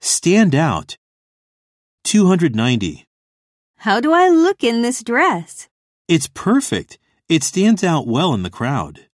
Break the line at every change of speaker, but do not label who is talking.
Stand out. 290.
How do I look in this dress?
It's perfect. It stands out well in the crowd.